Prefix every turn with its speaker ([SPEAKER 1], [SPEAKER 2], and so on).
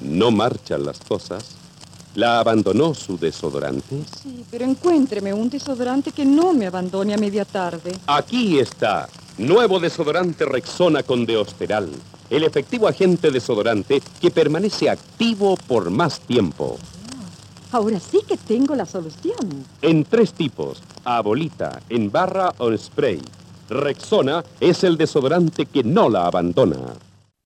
[SPEAKER 1] no marchan las cosas, la abandonó su desodorante.
[SPEAKER 2] Sí, pero encuéntreme un desodorante que no me abandone a media tarde.
[SPEAKER 1] Aquí está, nuevo desodorante Rexona con Deosteral, el efectivo agente desodorante que permanece activo por más tiempo.
[SPEAKER 2] Ahora sí que tengo la solución.
[SPEAKER 1] En tres tipos, a bolita, en barra o en spray. Rexona es el desodorante que no la abandona.